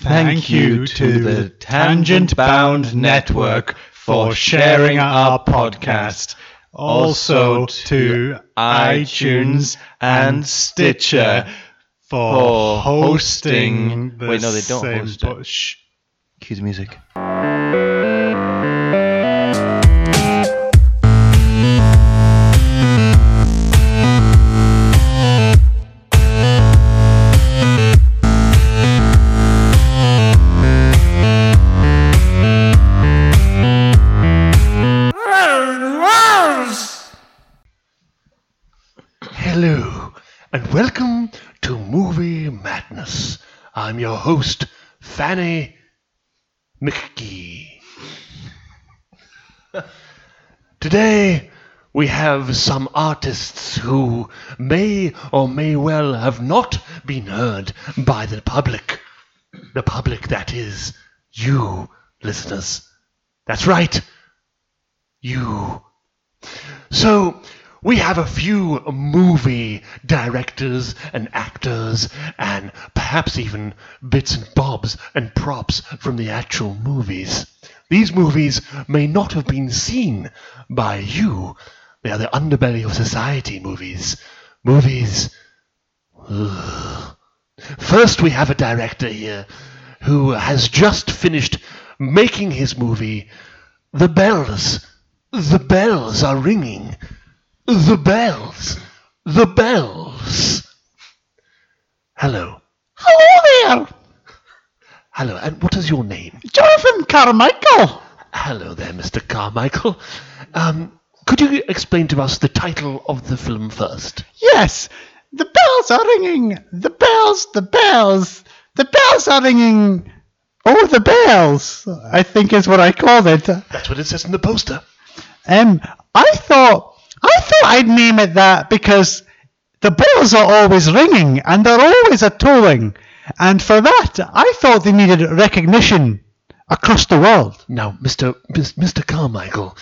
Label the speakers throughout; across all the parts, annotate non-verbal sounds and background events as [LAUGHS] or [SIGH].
Speaker 1: Thank you to the Tangent Bound Network for sharing our podcast. Also to iTunes and Stitcher for
Speaker 2: For
Speaker 1: hosting
Speaker 2: hosting-
Speaker 1: the
Speaker 2: Wait, no, they don't
Speaker 1: same
Speaker 2: host it.
Speaker 1: po- Shh.
Speaker 2: Cue the music.
Speaker 3: Hello, and welcome to Movie Madness. I'm your host, Fanny McGee. Today, we have some artists who may or may well have not been heard by the public. The public, that is, you, listeners. That's right, you. So, we have a few movie directors and actors, and perhaps even bits and bobs and props from the actual movies. These movies may not have been seen by you. They are the underbelly of society movies. Movies. Ugh. First, we have a director here who has just finished making his movie, The Bells. The bells are ringing. The bells. The bells. Hello.
Speaker 4: Hello there,
Speaker 3: Hello. And what is your name?
Speaker 4: Jonathan Carmichael.
Speaker 3: Hello there, Mr. Carmichael. Um, could you explain to us the title of the film first?
Speaker 4: Yes, the bells are ringing. The bells, the bells, the bells are ringing. Oh, the bells! I think is what I called it.
Speaker 3: That's what it says in the poster.
Speaker 4: Um, I thought, I thought I'd name it that because the bells are always ringing and they're always a tolling, and for that I thought they needed recognition across the world.
Speaker 3: Now, Mr. Mis- Mr. Carmichael.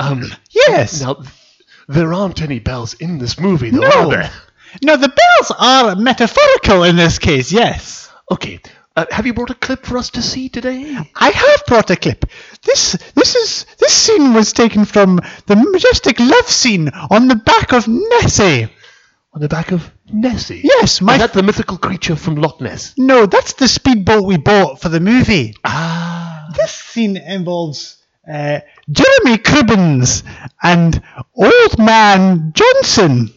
Speaker 3: Um,
Speaker 4: Yes.
Speaker 3: Now, there aren't any bells in this movie, though,
Speaker 4: No.
Speaker 3: are there?
Speaker 4: No, the bells are metaphorical in this case. Yes.
Speaker 3: Okay. Uh, have you brought a clip for us to see today?
Speaker 4: I have brought a clip. This this is this scene was taken from the majestic love scene on the back of Nessie.
Speaker 3: On the back of Nessie.
Speaker 4: Yes, my
Speaker 3: Is that the mythical creature from Loch Ness?
Speaker 4: no, that's the speedboat we bought for the movie.
Speaker 3: Ah.
Speaker 4: This scene involves uh, Jeremy Cribbins and Old Man Johnson.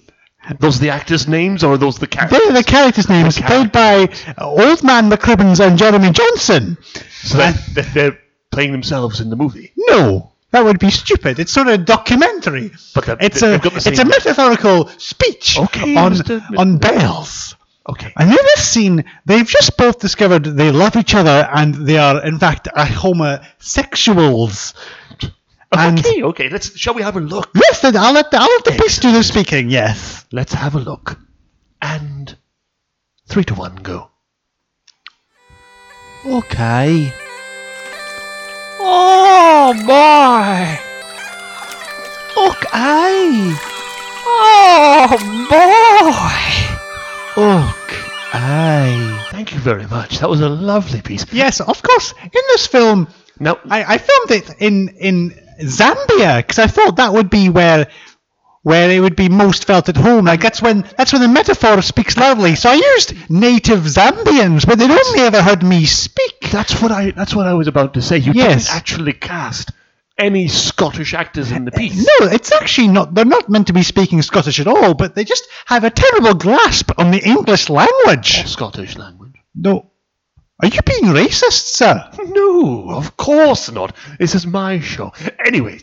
Speaker 3: Those are the actors' names, or are those the characters?
Speaker 4: They're the characters' names played by uh, Old Man McCribbins and Jeremy Johnson.
Speaker 3: So that, that they're playing themselves in the movie.
Speaker 4: No, that would be stupid. It's sort of a documentary.
Speaker 3: But they've-
Speaker 4: it's
Speaker 3: they've
Speaker 4: a
Speaker 3: got the
Speaker 4: it's a
Speaker 3: same-
Speaker 4: metaphorical speech
Speaker 3: Okay,
Speaker 4: on
Speaker 3: Mr.
Speaker 4: on bells.
Speaker 3: Okay.
Speaker 4: And in this scene, they've just both discovered they love each other and they are in fact a homosexuals. And
Speaker 3: okay, okay. Let's. Shall we have a look?
Speaker 4: yes, then I'll let the, I'll let the piece do the speaking. Yes.
Speaker 3: Let's have a look. And three to one, go.
Speaker 2: Okay.
Speaker 4: Oh boy!
Speaker 2: Okay.
Speaker 4: Oh boy!
Speaker 2: Okay.
Speaker 3: Thank you very much. That was a lovely piece.
Speaker 4: Yes, of course. In this film,
Speaker 3: Now,
Speaker 4: I, I filmed it in in Zambia because I thought that would be where where it would be most felt at home. Like that's when that's when the metaphor speaks loudly. So I used native Zambians, but they'd only ever heard me speak.
Speaker 3: that's what I. That's what I was about to say. You
Speaker 4: Yes.
Speaker 3: didn't actually cast any Scottish actors in the piece.
Speaker 4: Eh, No, it's actually not. They're not meant to be speaking Scottish at all, but they just have a terrible grasp on the English language.
Speaker 3: Scottish language.
Speaker 4: No, are you being racist, sir?
Speaker 3: No, of course not. This is my show. Anyway,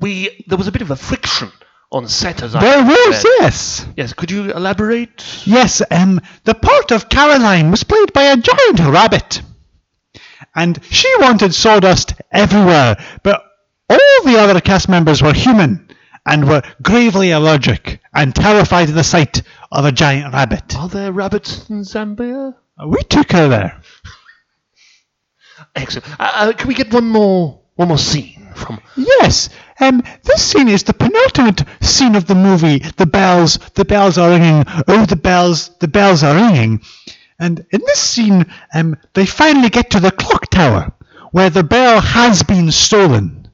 Speaker 3: we there was a bit of a friction on set as I
Speaker 4: There was, eh?
Speaker 3: said.
Speaker 4: yes.
Speaker 3: Yes, could you elaborate?
Speaker 4: Yes, um, the part of Caroline was played by a giant rabbit. And she wanted sawdust everywhere, but all the other cast members were human and were gravely allergic and terrified at the sight of a giant rabbit.
Speaker 3: Are there rabbits in Zambia?
Speaker 4: We took her there.
Speaker 3: Excellent. Uh, uh, can we get one more one more scene from?
Speaker 4: Yes, um, this scene is the penultimate scene of the movie. The bells, the bells are ringing. Oh, the bells, the bells are ringing. And in this scene, um, they finally get to the clock tower, where the bell has been stolen.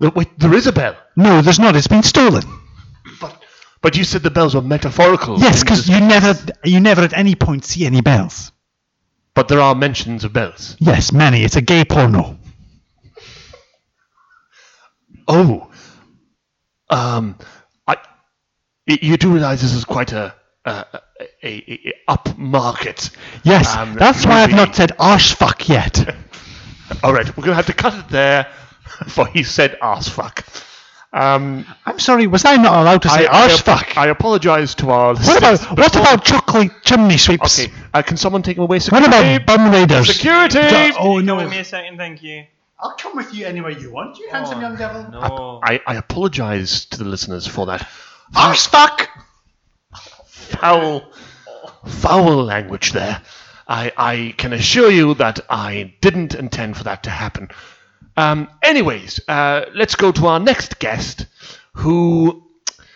Speaker 3: No, Wait, there is a bell.
Speaker 4: No, there's not. It's been stolen.
Speaker 3: But, but you said the bells were metaphorical.
Speaker 4: Yes, because you never, you never at any point see any bells.
Speaker 3: But there are mentions of bells.
Speaker 4: Yes, Manny, it's a gay porno.
Speaker 3: Oh, um, I, y- you do realize this is quite a a, a, a upmarket.
Speaker 4: Yes,
Speaker 3: Um,
Speaker 4: that's why I've
Speaker 3: movie.
Speaker 4: not said arse fuck yet.
Speaker 3: All right, we're gonna have to cut it there, [LAUGHS] for he said ass fuck. Um,
Speaker 4: I'm sorry, was I not allowed to say arse
Speaker 3: ap-
Speaker 4: fuck?
Speaker 3: I apologize to our.
Speaker 4: what about
Speaker 3: listeners.
Speaker 4: what about chocolate chimney sweeps?
Speaker 3: Okay, uh, can someone take him away?
Speaker 4: What
Speaker 3: Security!
Speaker 4: about bum raiders?
Speaker 3: Security!
Speaker 4: Oh
Speaker 5: Give
Speaker 4: no!
Speaker 5: me a second, thank you.
Speaker 4: I'll come with you anywhere you want, you handsome young devil.
Speaker 5: No.
Speaker 3: I, I apologize to the listeners for that
Speaker 4: Arse fuck!
Speaker 3: foul, foul language there. I, I can assure you that I didn't intend for that to happen. Um, anyways, uh, let's go to our next guest, who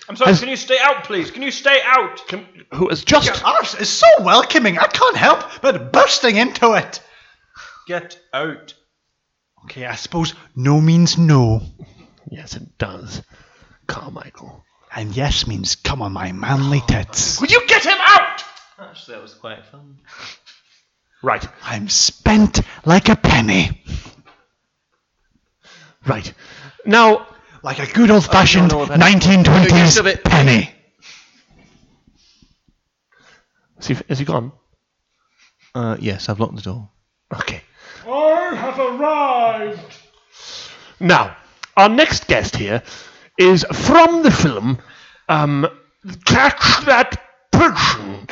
Speaker 5: I'm sorry, can you stay out, please? Can you stay out?
Speaker 3: can, who has just
Speaker 4: Arse is so welcoming. I can't help but bursting into it.
Speaker 5: Get out.
Speaker 4: Okay, I suppose no means no,
Speaker 3: yes, it does, Carmichael.
Speaker 4: and yes means come on, my manly tits.
Speaker 3: Would you get him out?
Speaker 5: Actually, that was quite fun.
Speaker 3: Right,
Speaker 4: I'm spent like a penny,
Speaker 3: right. Now
Speaker 4: like a good old-fashioned
Speaker 5: know what that is.
Speaker 4: 1920s penny.
Speaker 3: Is he, is he gone?
Speaker 2: Uh, yes, I've locked the door.
Speaker 3: Okay.
Speaker 5: I have arrived!
Speaker 3: Now, our next guest here is from the film um, Catch That Person.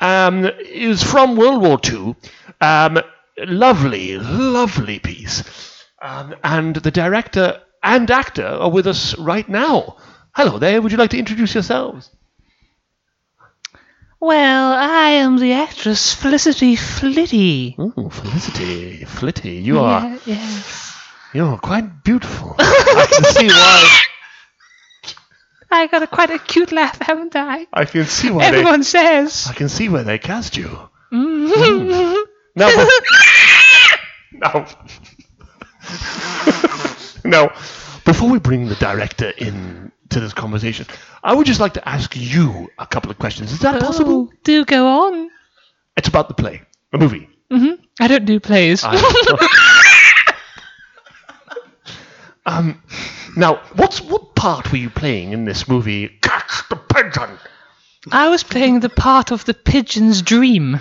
Speaker 3: Um, is from World War II. Um, lovely, lovely piece. Um, and the director and actor are with us right now. Hello there. Would you like to introduce yourselves?
Speaker 6: Well, I am the actress Felicity Flitty.
Speaker 3: Oh, Felicity, Flitty, you are
Speaker 6: yes.
Speaker 3: you are quite beautiful. I can see why.
Speaker 6: I got a quite a cute laugh, haven't I?
Speaker 3: I can see why they
Speaker 6: Everyone says.
Speaker 3: I can see where they cast you.
Speaker 6: Mhm.
Speaker 3: No.
Speaker 6: [LAUGHS]
Speaker 3: no. [LAUGHS] no. Before we bring the director in to this conversation, I would just like to ask you a couple of questions. Is that possible?
Speaker 6: Oh, do go on.
Speaker 3: It's about the play, the movie.
Speaker 6: hmm I don't do plays.
Speaker 3: um, now, what's what part were you playing in this movie? Catch the pigeon.
Speaker 6: I was playing the part of the pigeon's dream.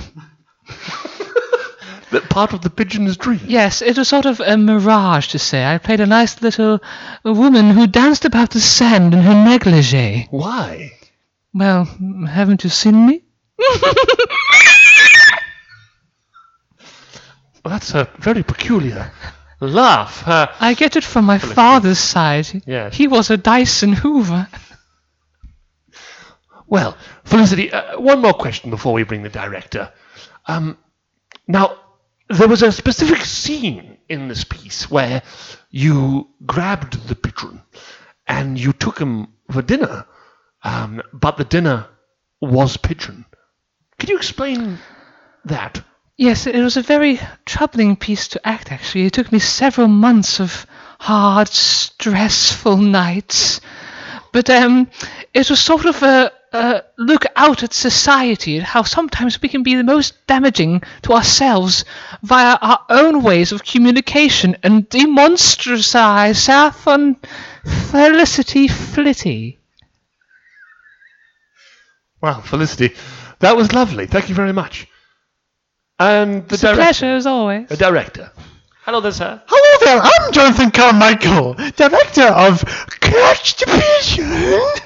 Speaker 3: The part of the pigeon's dream.
Speaker 6: Yes, it was sort of a mirage to say. I played a nice little woman who danced about the sand in her negligee.
Speaker 3: Why?
Speaker 6: Well, haven't you seen me?
Speaker 3: Well, that's a very peculiar laugh. Uh,
Speaker 6: I get it from my father's side.
Speaker 3: Yes.
Speaker 6: He was a Dyson Hoover.
Speaker 3: Well, Felicity, uh, one more question before we bring the director. Um, now, there was a specific scene in this piece where you grabbed the patron and you took him for dinner, um, but the dinner was pigeon. Can you explain that?
Speaker 6: Yes, it was a very troubling piece to act, actually. It took me several months of hard, stressful nights. But um, it was sort of a, a look out at society and how sometimes we can be the most damaging to ourselves via our own ways of communication and demonstratize our fun felicity flitty.
Speaker 3: Wow, Felicity, that was lovely. Thank you very much. And the
Speaker 6: It's a
Speaker 3: director.
Speaker 6: pleasure as always.
Speaker 3: The director. Hello there, sir.
Speaker 4: Hello there, I'm Jonathan Carmichael, director of Catch the Pigeon.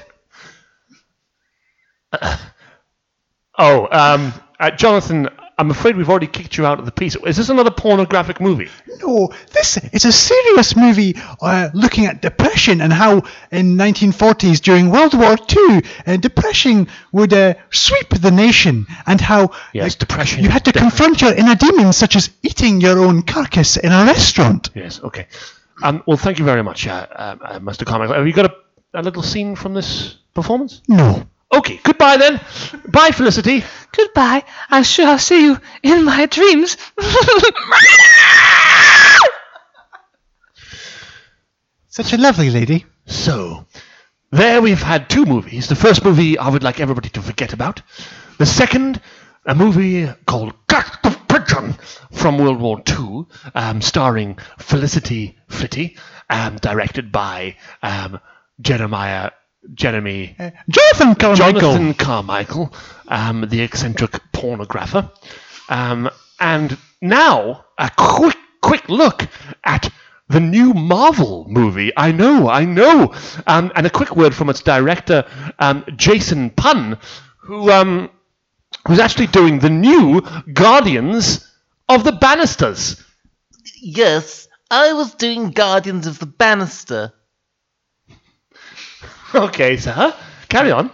Speaker 3: Oh, um, uh, Jonathan, I'm afraid we've already kicked you out of the piece. Is this another pornographic movie?
Speaker 4: No, Oh, this is a serious movie uh, looking at depression and how in 1940s during World War II, uh, depression would uh, sweep the nation and how
Speaker 3: Yes,
Speaker 4: uh,
Speaker 3: depression
Speaker 4: you
Speaker 3: is
Speaker 4: had to
Speaker 3: definitely-
Speaker 4: confront your inner demons such as eating your own carcass in a restaurant.
Speaker 3: Yes. Okay. Um, well,
Speaker 4: Mm.
Speaker 3: thank you very much, uh, uh, uh, Mr. Carmichael. Have you got a, a little scene from this performance?
Speaker 4: No,
Speaker 3: Okay, goodbye then. Bye, Felicity.
Speaker 6: Goodbye. I'm sure I'll see you in my dreams. [LAUGHS]
Speaker 4: Such a lovely lady.
Speaker 3: So, there we've had two movies. The first movie I would like everybody to forget about. The second, a movie called Cut the Pigeon from World War II, um, starring Felicity Flitty, um, directed by um, Jeremiah Jeremy
Speaker 4: Jonathan Carmichael.
Speaker 3: Jonathan Carmichael, um, the eccentric pornographer. Um, and now a quick, quick look at the new Marvel movie. I know, I know. Um, and a quick word from its director, um, Jason Pun, who um, who's actually doing the new Guardians of the Bannisters. [LAUGHS]
Speaker 5: Yes, I was doing Guardians of the Bannister.
Speaker 3: Okay, sir, carry on.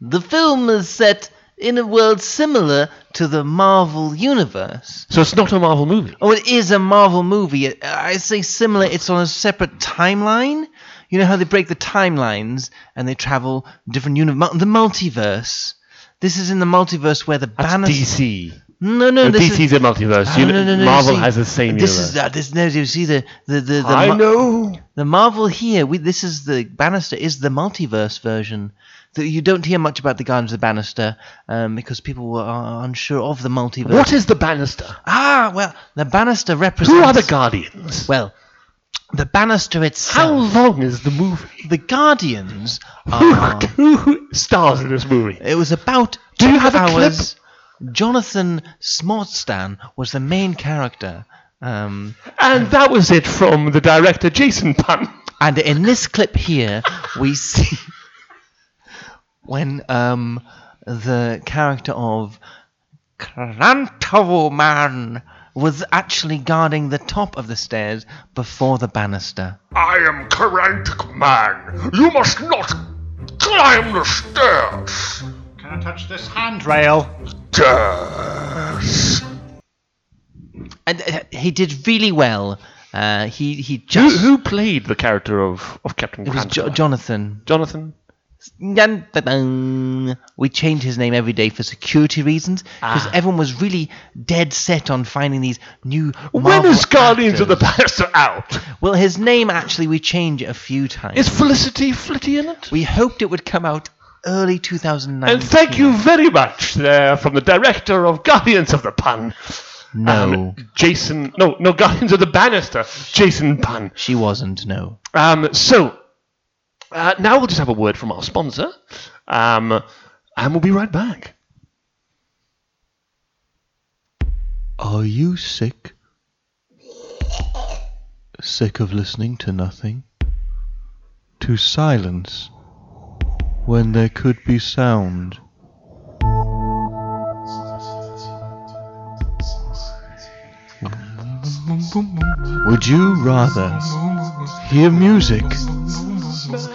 Speaker 5: The film is set in a world similar to the Marvel Universe.
Speaker 3: So it's not a Marvel movie.
Speaker 5: Oh, it is a Marvel movie. It- I say similar, it's on a separate timeline. You know how they break the timelines and they travel different universe, the multiverse. This is in the multiverse where the
Speaker 3: That's
Speaker 5: Bannister.
Speaker 3: DC.
Speaker 5: No, no,
Speaker 3: No,
Speaker 5: this
Speaker 3: DC's
Speaker 5: is.
Speaker 3: a multiverse.
Speaker 5: Oh,
Speaker 3: You-
Speaker 5: no, no, no,
Speaker 3: Marvel
Speaker 5: you see,
Speaker 3: has the same
Speaker 5: This
Speaker 3: universe.
Speaker 5: is uh, this. No, you see the the the. the
Speaker 3: I
Speaker 5: mu-
Speaker 3: know.
Speaker 5: the Marvel here with this is the Bannister is the multiverse version. That you don't hear much about the Guardians of the Bannister um, because people were are unsure of the multiverse.
Speaker 3: What is the Bannister?
Speaker 5: Ah, well, the Bannister represents.
Speaker 3: Who are the Guardians?
Speaker 5: Well, the Bannister
Speaker 3: How
Speaker 5: itself.
Speaker 3: long is the movie?
Speaker 5: The Guardians
Speaker 3: Who-
Speaker 5: are.
Speaker 3: Who stars in this movie?
Speaker 5: it was about
Speaker 3: Do you
Speaker 5: two
Speaker 3: have a clip?
Speaker 5: hours. Jonathan Smartstan was the main character. Um,
Speaker 3: And that was it from the director Jason Pun.
Speaker 5: And in this clip here, we see [LAUGHS] when um, the character of Krantowoman was actually guarding the top of the stairs before the bannister.
Speaker 1: I am Karantic Man. You must not climb the stairs.
Speaker 7: Can I touch this handrail?
Speaker 1: Stairs.
Speaker 5: And uh, he did really well. Uh, he he
Speaker 3: Who,
Speaker 5: just
Speaker 3: who played the character of, of Captain
Speaker 5: it was
Speaker 3: Grant?
Speaker 5: jo- Jonathan.
Speaker 3: Jonathan?
Speaker 5: Dun, dun, dun. We change his name every day for security reasons because
Speaker 3: Ah.
Speaker 5: everyone was really dead set on finding these new.
Speaker 3: when
Speaker 5: Marvel
Speaker 3: is Guardians of the
Speaker 5: actors.
Speaker 3: Bannister out?
Speaker 5: Well, his name actually we change it a few times.
Speaker 3: Is Felicity Flitty in it?
Speaker 5: we hoped it would come out early 2009.
Speaker 3: and thank you very much there from the director of Guardians of the Pun.
Speaker 5: No,
Speaker 3: Jason, no, no, Guardians of the Bannister, Jason Pun.
Speaker 5: she wasn't. No.
Speaker 3: Um, so, uh, now we'll just have a word from our sponsor, um, and we'll be right back.
Speaker 8: Are you sick? Sick of listening to nothing? To silence when there could be sound? Would you rather hear music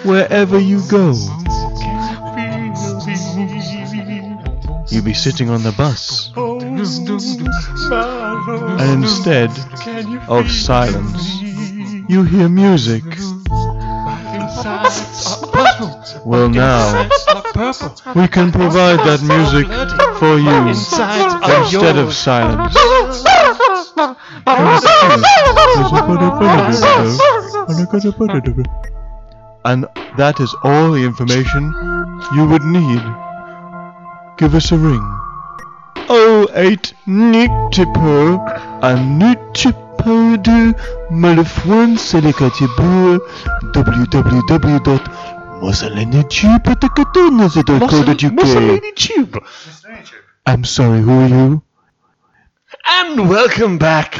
Speaker 8: wherever you go? You be sitting on the bus and instead of silence, you hear music. Well, now we can provide that music for you instead of silence. And that is all the information you would need. Give us a ring. 08 Nüttepo an Nüttepo Malefone Selecatibur www.mosellanetube.co.uk
Speaker 3: Mussolini Tube.
Speaker 8: I'm sorry, who are you?
Speaker 3: And welcome back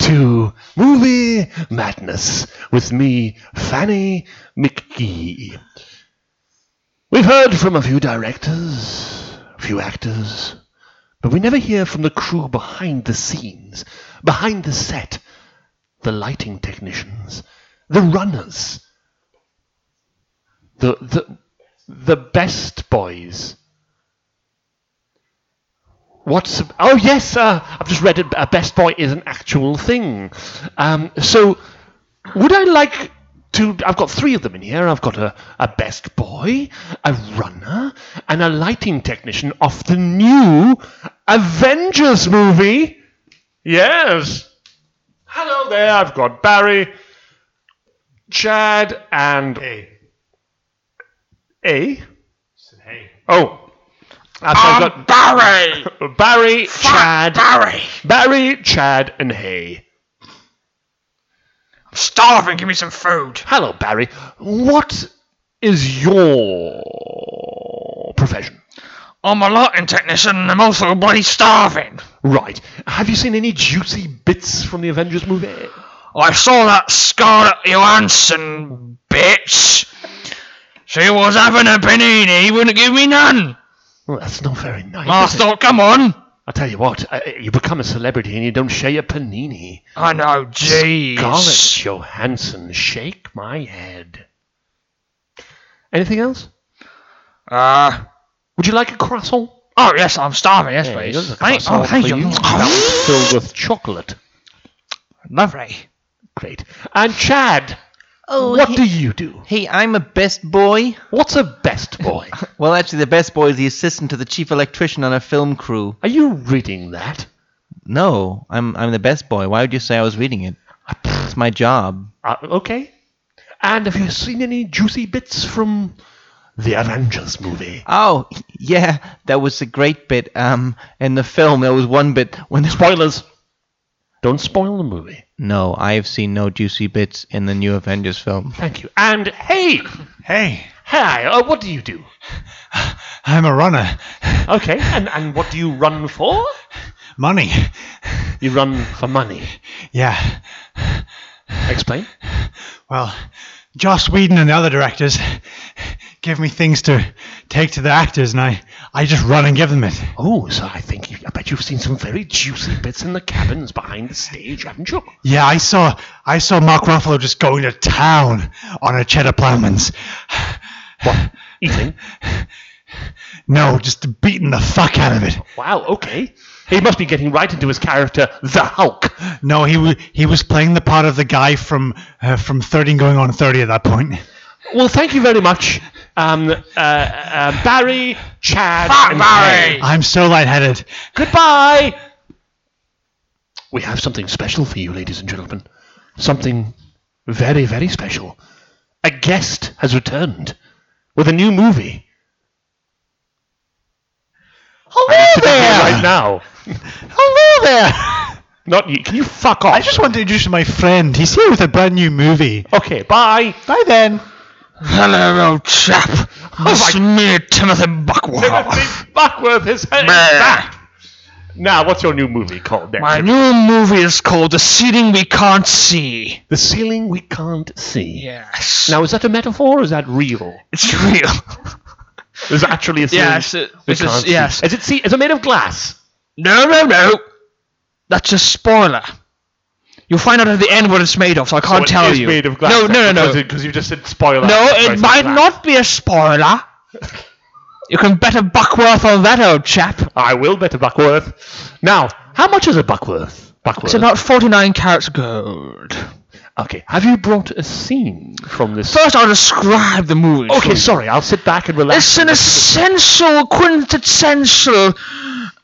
Speaker 3: to Movie Madness with me, Fanny McGee. We've heard from a few directors, a few actors, but we never hear from the crew behind the scenes, behind the set, the lighting technicians, the runners, the, the, the best boys. What's oh yes, uh, I've just read it. A best boy is an actual thing. Um, so, would I like two. I've got three of them in here. I've got a, a best boy, a runner, and a lighting technician off the new Avengers movie. Yes. Hello there. I've got Barry, Chad, and
Speaker 9: Hey.
Speaker 3: A.
Speaker 9: Said, hey.
Speaker 3: Oh. I've got
Speaker 6: Barry!
Speaker 3: Barry, Chad,
Speaker 6: Barry!
Speaker 3: Barry, Chad, and Hay.
Speaker 6: I'm starving, give me some food.
Speaker 3: Hello, Barry. What is your profession?
Speaker 6: I'm a lighting technician and I'm also bloody starving.
Speaker 3: Right. Have you seen any juicy bits from the Avengers movie?
Speaker 6: I saw that Scarlett Johansson bitch. She was having a panini, wouldn't give me none.
Speaker 3: Well, that's not very nice.
Speaker 6: I
Speaker 3: is it?
Speaker 6: thought, come on.
Speaker 3: I tell you what, uh, you become a celebrity and you don't share your panini.
Speaker 6: I know, jeez.
Speaker 3: Scarlett Johansson, shake my head. Anything else?
Speaker 6: Uh,
Speaker 3: Would you like a croissant?
Speaker 6: oh, yes, I'm starving, yes,
Speaker 3: There you go,
Speaker 6: please.
Speaker 3: there's a
Speaker 6: Thank, oh,
Speaker 3: croissant
Speaker 6: thank
Speaker 3: for
Speaker 6: you.
Speaker 3: you. That one's filled with chocolate.
Speaker 6: Lovely.
Speaker 3: Great. And Chad,
Speaker 5: Oh,
Speaker 3: what
Speaker 5: he-
Speaker 3: do you do?
Speaker 5: Hey, I'm a best boy.
Speaker 3: What's a best
Speaker 6: [LAUGHS]
Speaker 3: boy?
Speaker 5: Well, actually, the best boy is the assistant to the chief electrician on a film crew.
Speaker 3: Are you reading that?
Speaker 5: No, I'm I'm the best boy. Why would you say I was reading it? It's my job.
Speaker 3: Uh, okay. And have you seen any juicy bits from the Avengers movie?
Speaker 5: Oh, [LAUGHS] yeah, that was a great bit. Um, in the film, there was one bit when there
Speaker 3: Spoilers. Don't spoil the movie.
Speaker 5: No, I have seen no juicy bits in the new Avengers film.
Speaker 3: Thank you. And hey,
Speaker 4: Hey,
Speaker 3: hi. Uh, what do you do?
Speaker 4: I'm a runner.
Speaker 3: Okay. And and what do you run for?
Speaker 4: Money.
Speaker 3: You run for money.
Speaker 4: Yeah.
Speaker 3: Explain.
Speaker 4: Well, Joss Whedon and the other directors give me things to take to the actors, and I, I just run and give them it.
Speaker 3: Oh, so I think you, I bet you've seen some very juicy bits in the cabins behind the stage, haven't you?
Speaker 4: Yeah, I saw I saw Mark Ruffalo just going to town on a cheddar plowman's.
Speaker 3: What? Eating.
Speaker 4: No, just beating the fuck out of it.
Speaker 3: Wow. Okay. He must be getting right into his character, the Hulk.
Speaker 4: No, he wa- he was playing the part of the guy from uh, from 30 and going on 30 at that point.
Speaker 3: Well, thank you very much, um, uh, uh, Barry, Chad, and Kay.
Speaker 4: I'm so lightheaded.
Speaker 3: Goodbye. We have something special for you, ladies and gentlemen. Something very, very special. A guest has returned with a new movie. Hello there! Right now,
Speaker 4: Hello there.
Speaker 3: not you. Can you fuck off?
Speaker 4: I just want to introduce my friend. He's here with a brand new movie.
Speaker 3: Okay, bye.
Speaker 4: Bye then.
Speaker 6: Hello, old chap. It's me, Timothy Buckwall.
Speaker 3: Timothy Buckworth is heading back. Now, what's your new movie called? There,
Speaker 6: My
Speaker 3: Tim?
Speaker 6: new movie is called The Seating We Can't See.
Speaker 3: the ceiling we can't see.
Speaker 6: Yes.
Speaker 3: Now, is that a metaphor or is that real?
Speaker 6: It's real.
Speaker 3: There's actually a ceiling.
Speaker 6: Yes, it-
Speaker 3: we
Speaker 6: it's a-
Speaker 3: can't see.
Speaker 6: yes.
Speaker 3: Is it see? Is it made of glass?
Speaker 6: No, no, no. That's a spoiler. You'll find out at the end what it's made of, so I can't tell you. no, no, no, no.
Speaker 3: Because you just said spoiler.
Speaker 6: No, it might not be a spoiler. you can bet a buckworth on that, old chap.
Speaker 3: I will bet a Buckworth. Now, how much is a Buckworth? Buckworth.
Speaker 6: It's about 49 carats gold.
Speaker 3: okay. Have you brought a scene from this?
Speaker 6: First, I'll describe the movie. for
Speaker 3: okay,
Speaker 6: you.
Speaker 3: sorry. I'll sit back and relax.
Speaker 6: It's an essential, quintessential,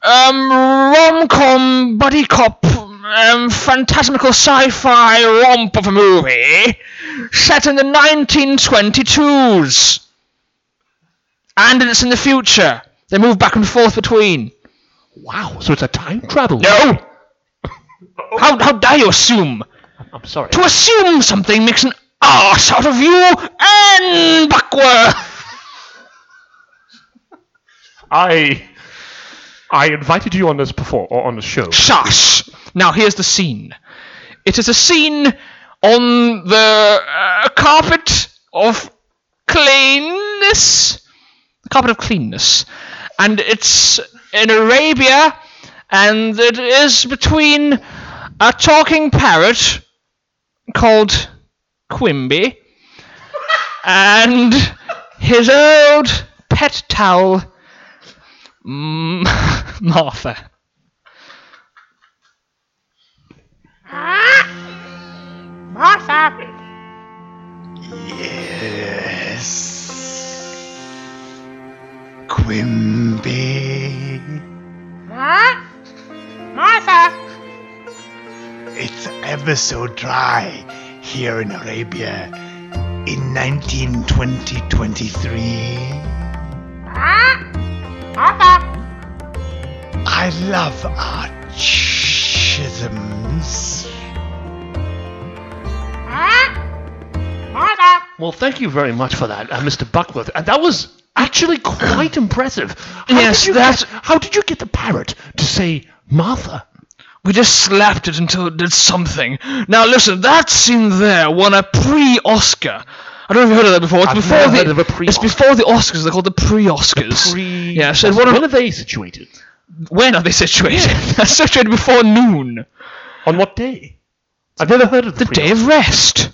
Speaker 6: um, rom-com, buddy cop, um, fantastical sci-fi romp of a movie set in the 1922s. And it's in the future. They move back and forth between.
Speaker 3: wow. So it's a time travel.
Speaker 6: No! How, how dare you assume?
Speaker 3: I'm sorry.
Speaker 6: To assume something makes an arse out of you and Buckworth!
Speaker 3: I I invited you on this before or on the show.
Speaker 6: Shush! Now here's the scene. It is a scene on the uh, carpet of cleanness. The carpet of cleanness. And it's in Arabia, and it is between a talking parrot called Quimby and his old pet towel, M- [LAUGHS] Martha.
Speaker 10: Martha!
Speaker 8: Yes. Quimby.
Speaker 11: Huh? Martha!
Speaker 8: It's ever so dry here in Arabia in 1920
Speaker 11: Huh? Martha!
Speaker 8: I love our chisms.
Speaker 11: Huh? Martha!
Speaker 3: Well, thank you very much for that, uh, Mr. Buckworth. And that was actually quite impressive. How
Speaker 6: Yes,
Speaker 3: did you
Speaker 6: that's-
Speaker 3: Get, how did you get the parrot to say Martha?
Speaker 6: We just slapped it until it did something. Now listen, that scene there won a pre-Oscar. I don't know if you've heard of that before. It's
Speaker 3: I've
Speaker 6: before
Speaker 3: never
Speaker 6: the
Speaker 3: heard of a
Speaker 6: it's
Speaker 3: pre-Oscar.
Speaker 6: before the Oscars. They're called the pre-Oscars.
Speaker 3: Pre-
Speaker 6: yeah, so it's one
Speaker 3: when
Speaker 6: of-
Speaker 3: are they situated?
Speaker 6: when are they situated? [LAUGHS] They're situated before noon,
Speaker 3: On what day? I've never heard of
Speaker 6: the
Speaker 3: pre-
Speaker 6: day of rest.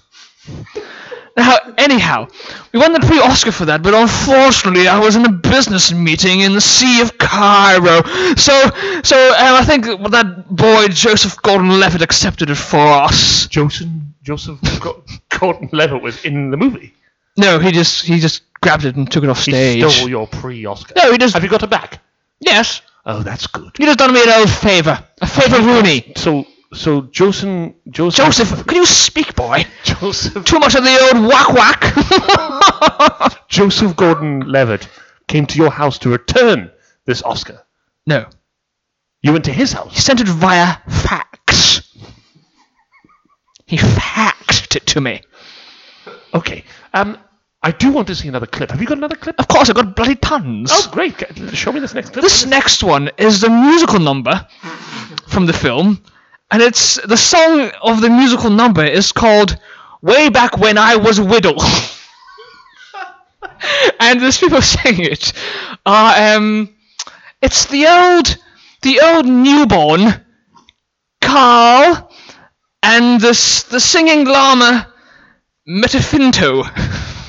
Speaker 6: now, anyhow, we won the pre-Oscar for that, but unfortunately, I was in a business meeting in the Sea of Cairo. So, so um, I think that boy Joseph Gordon-Levitt accepted it for us.
Speaker 3: Joseph Joseph Go- Gordon Levitt was in the movie.
Speaker 6: No, he just he just grabbed it and took it off
Speaker 3: He
Speaker 6: stage.
Speaker 3: stole your pre-Oscar.
Speaker 6: no, he just
Speaker 3: Have you got it back?
Speaker 6: yes,
Speaker 3: Oh, that's good.
Speaker 6: he just done me an old favor, a favor Rooney.
Speaker 3: So, so Joseph Joseph
Speaker 6: Joseph, can you speak, boy?
Speaker 3: Joseph
Speaker 6: Too much of the old whack whack.
Speaker 3: Joseph Gordon-Levitt came to your house to return this Oscar.
Speaker 6: [LAUGHS] no,
Speaker 3: You went to his house.
Speaker 6: he sent it via fax. He faxed it to me.
Speaker 3: Okay. Um, I do want to see another clip. Have you got another clip?
Speaker 6: Of course, I got bloody tons.
Speaker 3: Oh, great. Show me this next clip.
Speaker 6: This next one is the musical number from the film, and it's the song of the musical number is called "Way Back When I Was Whittle," [LAUGHS] and there's people [LAUGHS] singing it. Uh, um, it's the old, the old newborn, Carl, and the s- the singing llama, Metafinto,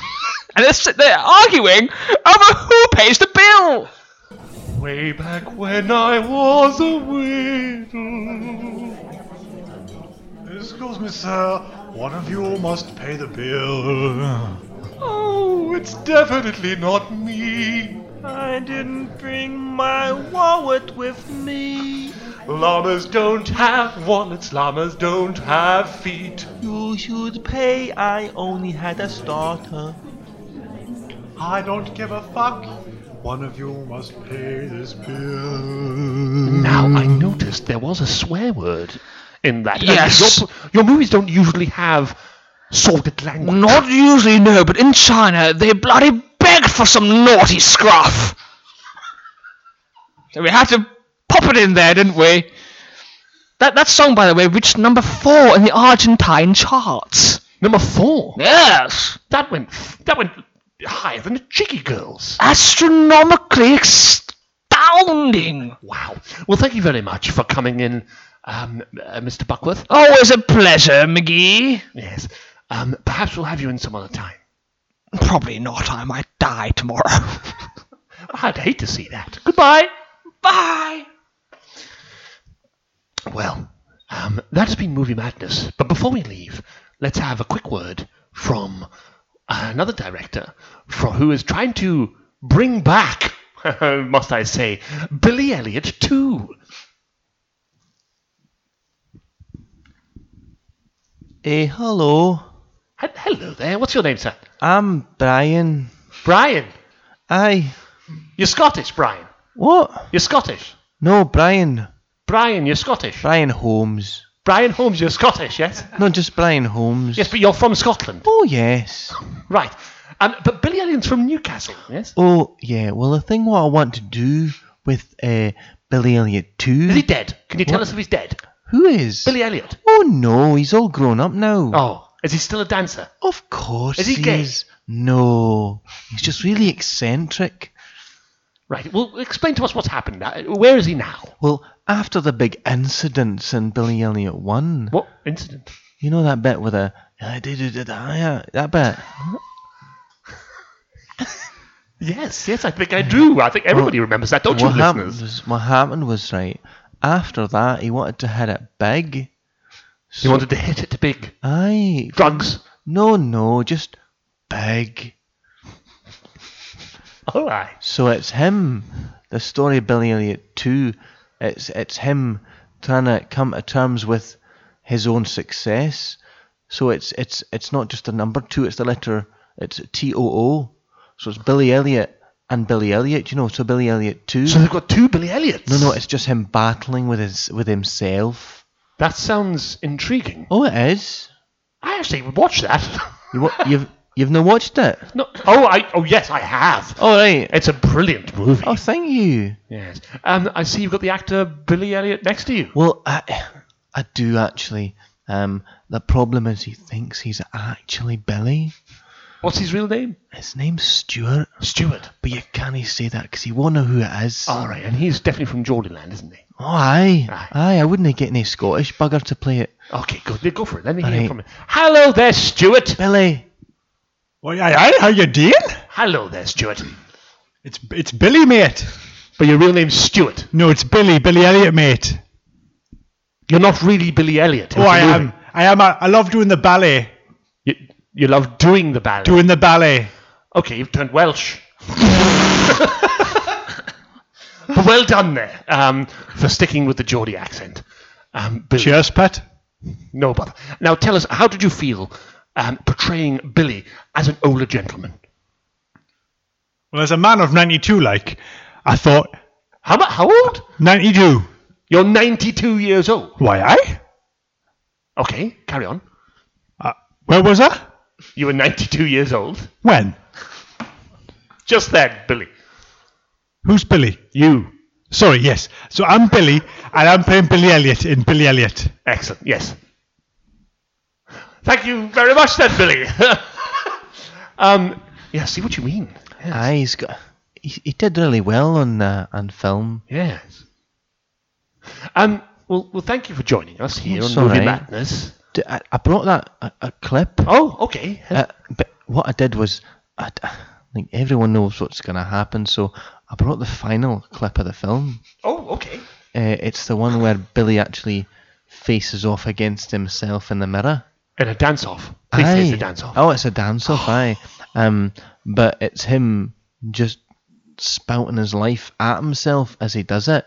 Speaker 6: [LAUGHS] and it's, they're arguing over who pays the bill.
Speaker 3: Way back when I was a widow.
Speaker 2: Excuse me, sir. One of you must pay the bill.
Speaker 3: Oh, it's definitely not me.
Speaker 5: I didn't bring my wallet with me.
Speaker 3: Llamas don't have wallets. Llamas don't have feet.
Speaker 5: You should pay, I only had a starter.
Speaker 2: I don't give a fuck. One of you must pay this bill.
Speaker 3: Now I noticed there was a swear word in that. And
Speaker 6: Yes.
Speaker 3: Your, your movies don't usually have sordid language.
Speaker 6: Not usually, no, but in China, they bloody begged for some naughty scruff. So we had to pop it in there, didn't we? That, that song, by the way, reached number four in the Argentine charts.
Speaker 3: Number four.
Speaker 6: Yes!
Speaker 3: That went. That went higher than the Jiggy Girls.
Speaker 6: Astronomically astounding!
Speaker 3: Wow. Well, thank you very much for coming in, um, uh, Mr. Buckworth.
Speaker 6: Always a pleasure, McGee.
Speaker 3: Yes. Um, perhaps we'll have you in some other time.
Speaker 6: Probably not, I might die tomorrow.
Speaker 3: I'd hate to see that. Goodbye.
Speaker 6: Bye!
Speaker 3: Well, um, that's been Movie Madness. But before we leave, let's have a quick word from another director for, who is trying to bring back, [LAUGHS] must I say, Billy Elliot too.
Speaker 8: Eh, hello.
Speaker 3: He- Hello there. What's your name, sir?
Speaker 8: I'm Brian.
Speaker 3: Brian.
Speaker 8: Aye.
Speaker 3: You're Scottish, Brian.
Speaker 8: What?
Speaker 3: You're Scottish.
Speaker 8: No, Brian.
Speaker 3: Brian, you're Scottish.
Speaker 8: Brian Holmes.
Speaker 3: Brian Holmes, you're Scottish, yes?
Speaker 8: Not just Brian Holmes.
Speaker 3: Yes, but you're from Scotland.
Speaker 8: Oh, yes.
Speaker 3: Right. Um, but Billy Elliot's from Newcastle, yes?
Speaker 8: Oh, yeah. Well, the thing what I want to do with uh, Billy Elliot
Speaker 3: Is
Speaker 8: 2.
Speaker 3: he dead? Can you tell us if he's dead?
Speaker 8: Who is?
Speaker 3: Billy Elliot.
Speaker 8: Oh, no. He's all grown up now.
Speaker 3: Oh, is he still a dancer?
Speaker 8: Of course.
Speaker 3: Is he
Speaker 8: he
Speaker 3: gay?
Speaker 8: is. No. He's just really eccentric.
Speaker 3: Right. Well, explain to us what's happened. Uh, Where is he now?
Speaker 8: Well, after the big incidents in Billy Elliot 1,
Speaker 3: What incident?
Speaker 8: you know that bit with a. I did it at higher. That bit.
Speaker 3: Yes, yes, I think I do. I think everybody remembers that, don't you,
Speaker 8: what happened
Speaker 3: listeners?
Speaker 8: was what happened was right after that he wanted to hit it big.
Speaker 3: He wanted to hit it big.
Speaker 8: Aye,
Speaker 3: Drugs.
Speaker 8: no, no, just big.
Speaker 3: All right.
Speaker 8: So it's him. The story of Billy Elliot too. It's it's him trying to come to terms with his own success. So it's it's it's not just the number two. It's the letter. It's T O O. So it's Billy Elliot and Billy Elliot. You know. So Billy Elliot too.
Speaker 3: So they've got two Billy Elliots.
Speaker 8: no, no. It's just him battling with his with himself.
Speaker 3: that sounds intriguing.
Speaker 8: Oh, it is.
Speaker 3: I actually would watch that.
Speaker 8: You wa- you've you've not watched it.
Speaker 3: [LAUGHS] no, oh, I oh yes, I have.
Speaker 8: All right.
Speaker 3: It's a brilliant movie.
Speaker 8: Oh, thank you.
Speaker 3: Yes. Um, I see you've got the actor Billy Elliot next to you.
Speaker 8: Well, I, I do actually. Um, the problem is he thinks he's actually Billy.
Speaker 3: What's his real name?
Speaker 8: His name's Stuart,
Speaker 3: Stewart.
Speaker 8: but you can't say that because he won't know who it is.
Speaker 3: All right, and he's definitely from Jordanland, isn't he?
Speaker 8: Oh, aye. Oh.
Speaker 3: Aye.
Speaker 8: aye, I wouldn't get any Scottish bugger to play it.
Speaker 3: Okay, good. Then Go for it. Let me
Speaker 8: All
Speaker 3: hear
Speaker 8: right.
Speaker 3: from him. Hello there, Stuart.
Speaker 8: Billy,
Speaker 4: Why, aye, aye, how you doing?
Speaker 3: Hello there, Stuart.
Speaker 4: It's it's Billy, mate.
Speaker 3: But your real name's Stuart.
Speaker 4: No, it's Billy, Billy Elliot, mate.
Speaker 3: You're not really Billy Elliot. in
Speaker 4: Oh,
Speaker 3: the
Speaker 4: I
Speaker 3: movie.
Speaker 4: am. I am. I, I love doing the ballet.
Speaker 3: You, you love doing the ballet.
Speaker 4: Doing the ballet.
Speaker 3: Okay, you've turned Welsh. [LAUGHS] but well done there um, for sticking with the Geordie accent. Um, Billy,
Speaker 4: Cheers, Pat.
Speaker 3: No bother. Now tell us, how did you feel um, portraying Billy as an older gentleman?
Speaker 4: Well, as a man of 92, like, I thought,
Speaker 3: How, mu- how old?
Speaker 4: 92.
Speaker 3: You're 92 years old.
Speaker 4: Why, aye?
Speaker 3: Okay, carry on.
Speaker 4: Uh, where was I?
Speaker 3: You were 92 years old.
Speaker 4: When?
Speaker 3: Just then, Billy.
Speaker 4: Who's Billy?
Speaker 3: You.
Speaker 4: Sorry, yes. So I'm Billy, and I'm playing Billy Elliot in Billy Elliot.
Speaker 3: Excellent, yes. Thank you very much then, Billy. [LAUGHS] um, yeah, see what you mean.
Speaker 8: aye, he's got. He, he did really well on uh, on film.
Speaker 3: Yes. Um, well, well, thank you for joining us here
Speaker 8: That's
Speaker 3: on
Speaker 8: all
Speaker 3: Movie
Speaker 8: right.
Speaker 3: Madness.
Speaker 8: D- I, I brought that a, a clip.
Speaker 3: Oh, okay.
Speaker 8: Uh, but what I did was, I, d- like everyone knows what's going to happen, so I brought the final clip of the film.
Speaker 3: Oh, okay.
Speaker 8: Uh, it's the one where Billy actually faces off against himself in the mirror.
Speaker 3: And a dance-off. Please say it's a dance-off.
Speaker 8: Oh, it's a dance
Speaker 3: [SIGHS]
Speaker 8: off, aye. Um, but it's him just spouting his life at himself as he does it.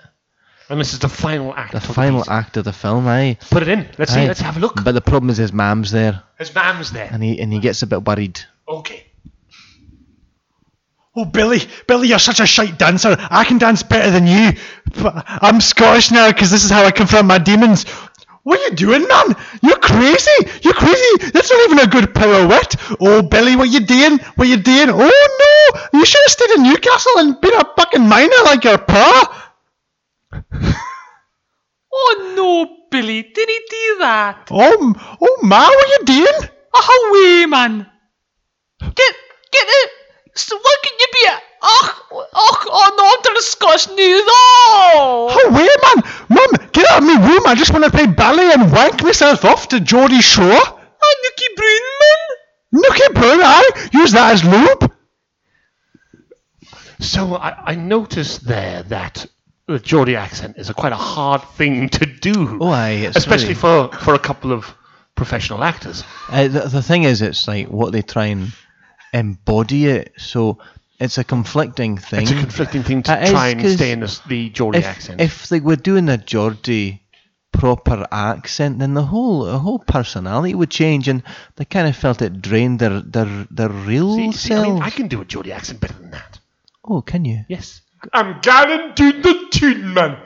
Speaker 3: And this is the final act.
Speaker 8: The
Speaker 3: of
Speaker 8: final
Speaker 3: piece.
Speaker 8: act of the film, aye.
Speaker 3: Put it in. Let's see.
Speaker 8: Aye.
Speaker 3: Let's have a look.
Speaker 8: But the problem is his mam's there,
Speaker 3: His mam's there.
Speaker 8: and he and he gets a bit worried.
Speaker 3: Okay.
Speaker 4: Oh, Billy, Billy, you're such a shite dancer. I can dance better than you. But I'm Scottish now because this is how I confront my demons. What are you doing, man? You're crazy. You're crazy. That's not even a good pirouette. Oh, Billy, what you doing? What you doing? Oh, no. You should have stayed in Newcastle and been a fucking miner like your pa.
Speaker 11: Oh no, Billy, didn't he do that?
Speaker 4: Oh, m- oh, ma, what you doing?
Speaker 11: Oh, away, man. Get, get it. So what can you be? a- Oh, oh, oh no, the Scottish news. Oh.
Speaker 4: Oh, wait, man. Mum, get out of my room. I just want to play ballet and wank myself off to Geordie Shore.
Speaker 11: Oh, Nicky Brunman.
Speaker 4: Nookie Brown, I use that as lube.
Speaker 3: So I, I noticed there that the Geordie accent is a quite a hard thing to do.
Speaker 8: Oh, aye, it's
Speaker 3: especially
Speaker 8: really-
Speaker 3: for for a couple of professional actors.
Speaker 8: Uh, the, the thing is, it's like what they try and embody it. So it's a conflicting thing.
Speaker 3: It's a conflicting thing to
Speaker 8: It is,
Speaker 3: try and
Speaker 8: Uh, 'cause
Speaker 3: stay in the, the Geordie
Speaker 8: if,
Speaker 3: accent.
Speaker 8: if they were doing a Geordie proper accent, then the whole the whole personality would change, and they kind of felt it drained their their their real
Speaker 3: See- see, I
Speaker 8: selves.
Speaker 3: mean, I can do a Geordie accent better than that.
Speaker 8: Oh, can you?
Speaker 3: Yes.
Speaker 5: I'm gonna do the tune, man.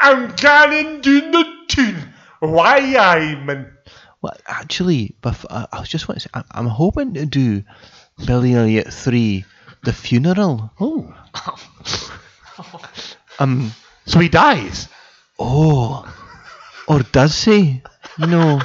Speaker 5: I'm gonna do the tune. Why, I, man.
Speaker 8: Well, actually, bef- I, I was just want to say, I'm, I'm hoping to do Billy Elliot three, the funeral.
Speaker 3: Oh.
Speaker 8: Um,
Speaker 3: So he dies.
Speaker 8: oh, or does he? No,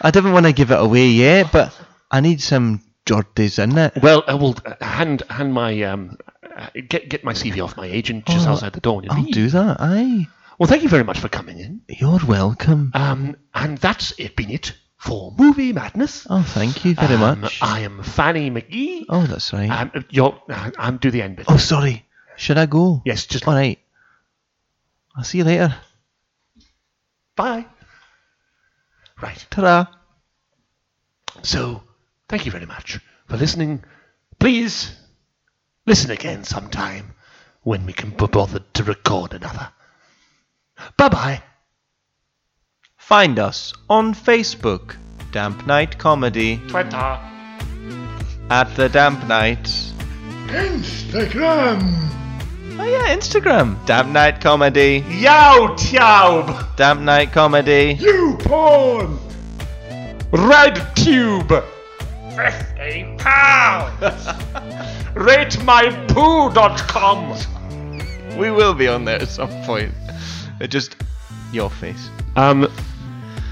Speaker 8: I didn't want to give it away yet, but I need some Geordies in it.
Speaker 3: Well, I will uh, hand hand my um, uh, get get my CV off my agent just
Speaker 8: Oh,
Speaker 3: outside the door. when you
Speaker 8: I'll
Speaker 3: leave.
Speaker 8: do that. Aye,
Speaker 3: Well, thank you very much for coming in.
Speaker 8: you're welcome.
Speaker 3: Um, and that's it. Been it for movie madness.
Speaker 8: Oh, thank you very
Speaker 3: Um,
Speaker 8: much.
Speaker 3: I am Fanny McGee.
Speaker 8: oh, that's right.
Speaker 3: Um, you're, uh, I'm do the end bit.
Speaker 8: oh, sorry. Should I go?
Speaker 3: Yes, just
Speaker 8: All right. I'll see you later.
Speaker 3: bye. Right.
Speaker 8: Ta-ra.
Speaker 3: So, thank you very much for listening. Please listen again sometime when we can be bothered to record another. Bye bye.
Speaker 8: Find us on Facebook, Damp Night Comedy,
Speaker 5: Twitter.
Speaker 8: at The Damp Night.
Speaker 5: Instagram.
Speaker 8: Oh, yeah, Instagram, Damp Night Comedy,
Speaker 5: Yow Tube.
Speaker 8: Damp Night Comedy.
Speaker 5: You porn. Red Tube. 50
Speaker 8: [LAUGHS]
Speaker 5: pounds. RateMyPoo.com.
Speaker 3: Uh,
Speaker 8: We will be on there at some point. Uh, Just your face.
Speaker 3: Um,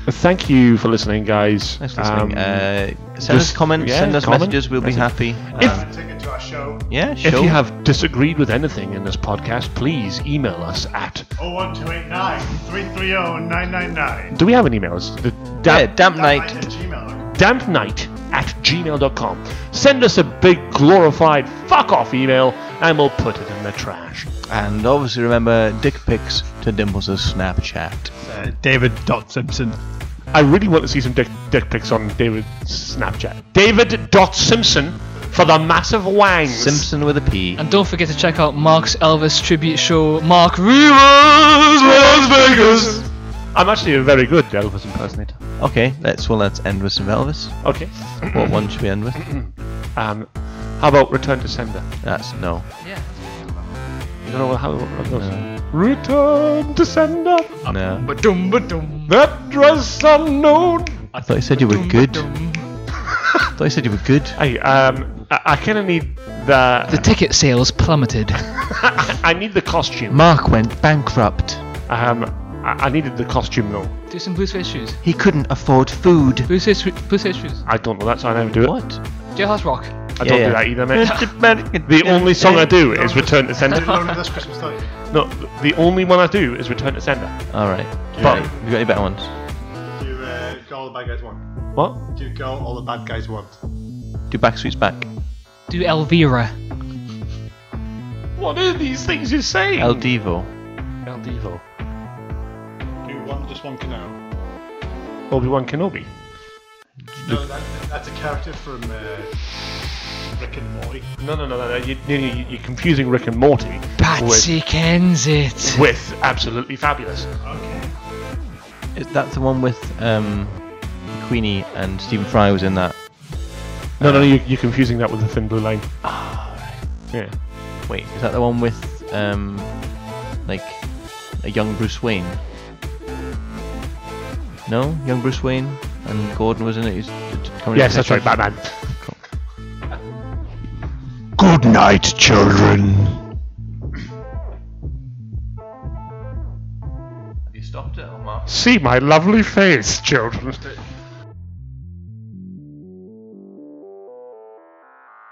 Speaker 3: thank you for listening, guys.
Speaker 8: Thanks for listening.
Speaker 3: Um,
Speaker 8: uh, send us
Speaker 3: just-
Speaker 8: comments,
Speaker 3: yeah,
Speaker 8: send us
Speaker 3: comment.
Speaker 8: messages, we'll be happy.
Speaker 1: a ticket to our show.
Speaker 8: Yeah, sure.
Speaker 3: if you have disagreed with anything in this podcast, please email us at.
Speaker 1: 01289 330 999.
Speaker 3: Do we have an email? It's the
Speaker 8: yeah,
Speaker 3: damp,
Speaker 8: damp night.
Speaker 1: Gmail.
Speaker 3: dampnight at gmail.com. Send us a big glorified fuck off email and we'll put it in the trash.
Speaker 8: And obviously remember dick pics to Dimples' Snapchat.
Speaker 4: Uh, David Dot Simpson.
Speaker 3: I really want to see some dick, dick pics on David's Snapchat. David dot Simpson for the massive wangs.
Speaker 8: Simpson with a P.
Speaker 6: And don't forget to check out Mark's Elvis tribute show, Mark Rivers
Speaker 3: Las Vegas. I'm actually a very good Elvis impersonator.
Speaker 8: Okay, let's well let's end with some Elvis.
Speaker 3: Okay.
Speaker 8: What one should we end with?
Speaker 3: Um, how about Return to Sender?
Speaker 8: That's no.
Speaker 3: You don't know how it goes. Return to Sender.
Speaker 8: No.
Speaker 3: That dress unknown.
Speaker 8: I thought you said you were good. I thought you said you were good.
Speaker 3: Hey, um, I, I kind of need the.
Speaker 6: The ticket sales plummeted.
Speaker 3: I need the costume.
Speaker 8: Mark went bankrupt.
Speaker 3: Um, I, I needed the costume though.
Speaker 6: Do some blue suede shoes.
Speaker 8: He couldn't afford food.
Speaker 6: Blue suede, blue suede shoes.
Speaker 3: I don't know that, so I never do it.
Speaker 8: What?
Speaker 6: Jailhouse Rock.
Speaker 3: I don't
Speaker 8: Yeah,
Speaker 3: do
Speaker 8: yeah.
Speaker 3: that either,
Speaker 8: [LAUGHS]
Speaker 3: mate. [LAUGHS] the only song I do is Return to Sender.
Speaker 1: Loaded this Christmas, don't you?
Speaker 3: No, the only one I do is Return to Sender.
Speaker 8: All right.
Speaker 3: But
Speaker 8: You got any better ones?
Speaker 1: Do uh, go all the bad guys want.
Speaker 3: what?
Speaker 1: Do go all the bad guys want.
Speaker 8: Do Backstreet's back.
Speaker 6: Do Elvira.
Speaker 3: What are these things you're saying?
Speaker 8: El Divo.
Speaker 3: El Devo.
Speaker 1: Do one just one canoe.
Speaker 3: Obi Wan Kenobi.
Speaker 1: No, that, that's a character from uh, Rick and Morty.
Speaker 3: No, no, no, no. no. You, you, you- you're confusing Rick and Morty with,
Speaker 6: Patsy Kensit.
Speaker 3: with absolutely fabulous.
Speaker 1: Okay.
Speaker 8: Is that the one with um, Queenie and Stephen Fry was in that?
Speaker 3: No, no, no. You, you're confusing that with the Thin Blue Line. Yeah.
Speaker 8: Wait, is that the one with um, like a young Bruce Wayne? No, young Bruce Wayne and Gordon was in it. He's uh, coming
Speaker 3: Yes, that's right, Batman.
Speaker 2: Good night, children.
Speaker 8: You stopped it, Omar.
Speaker 3: See my lovely face, children.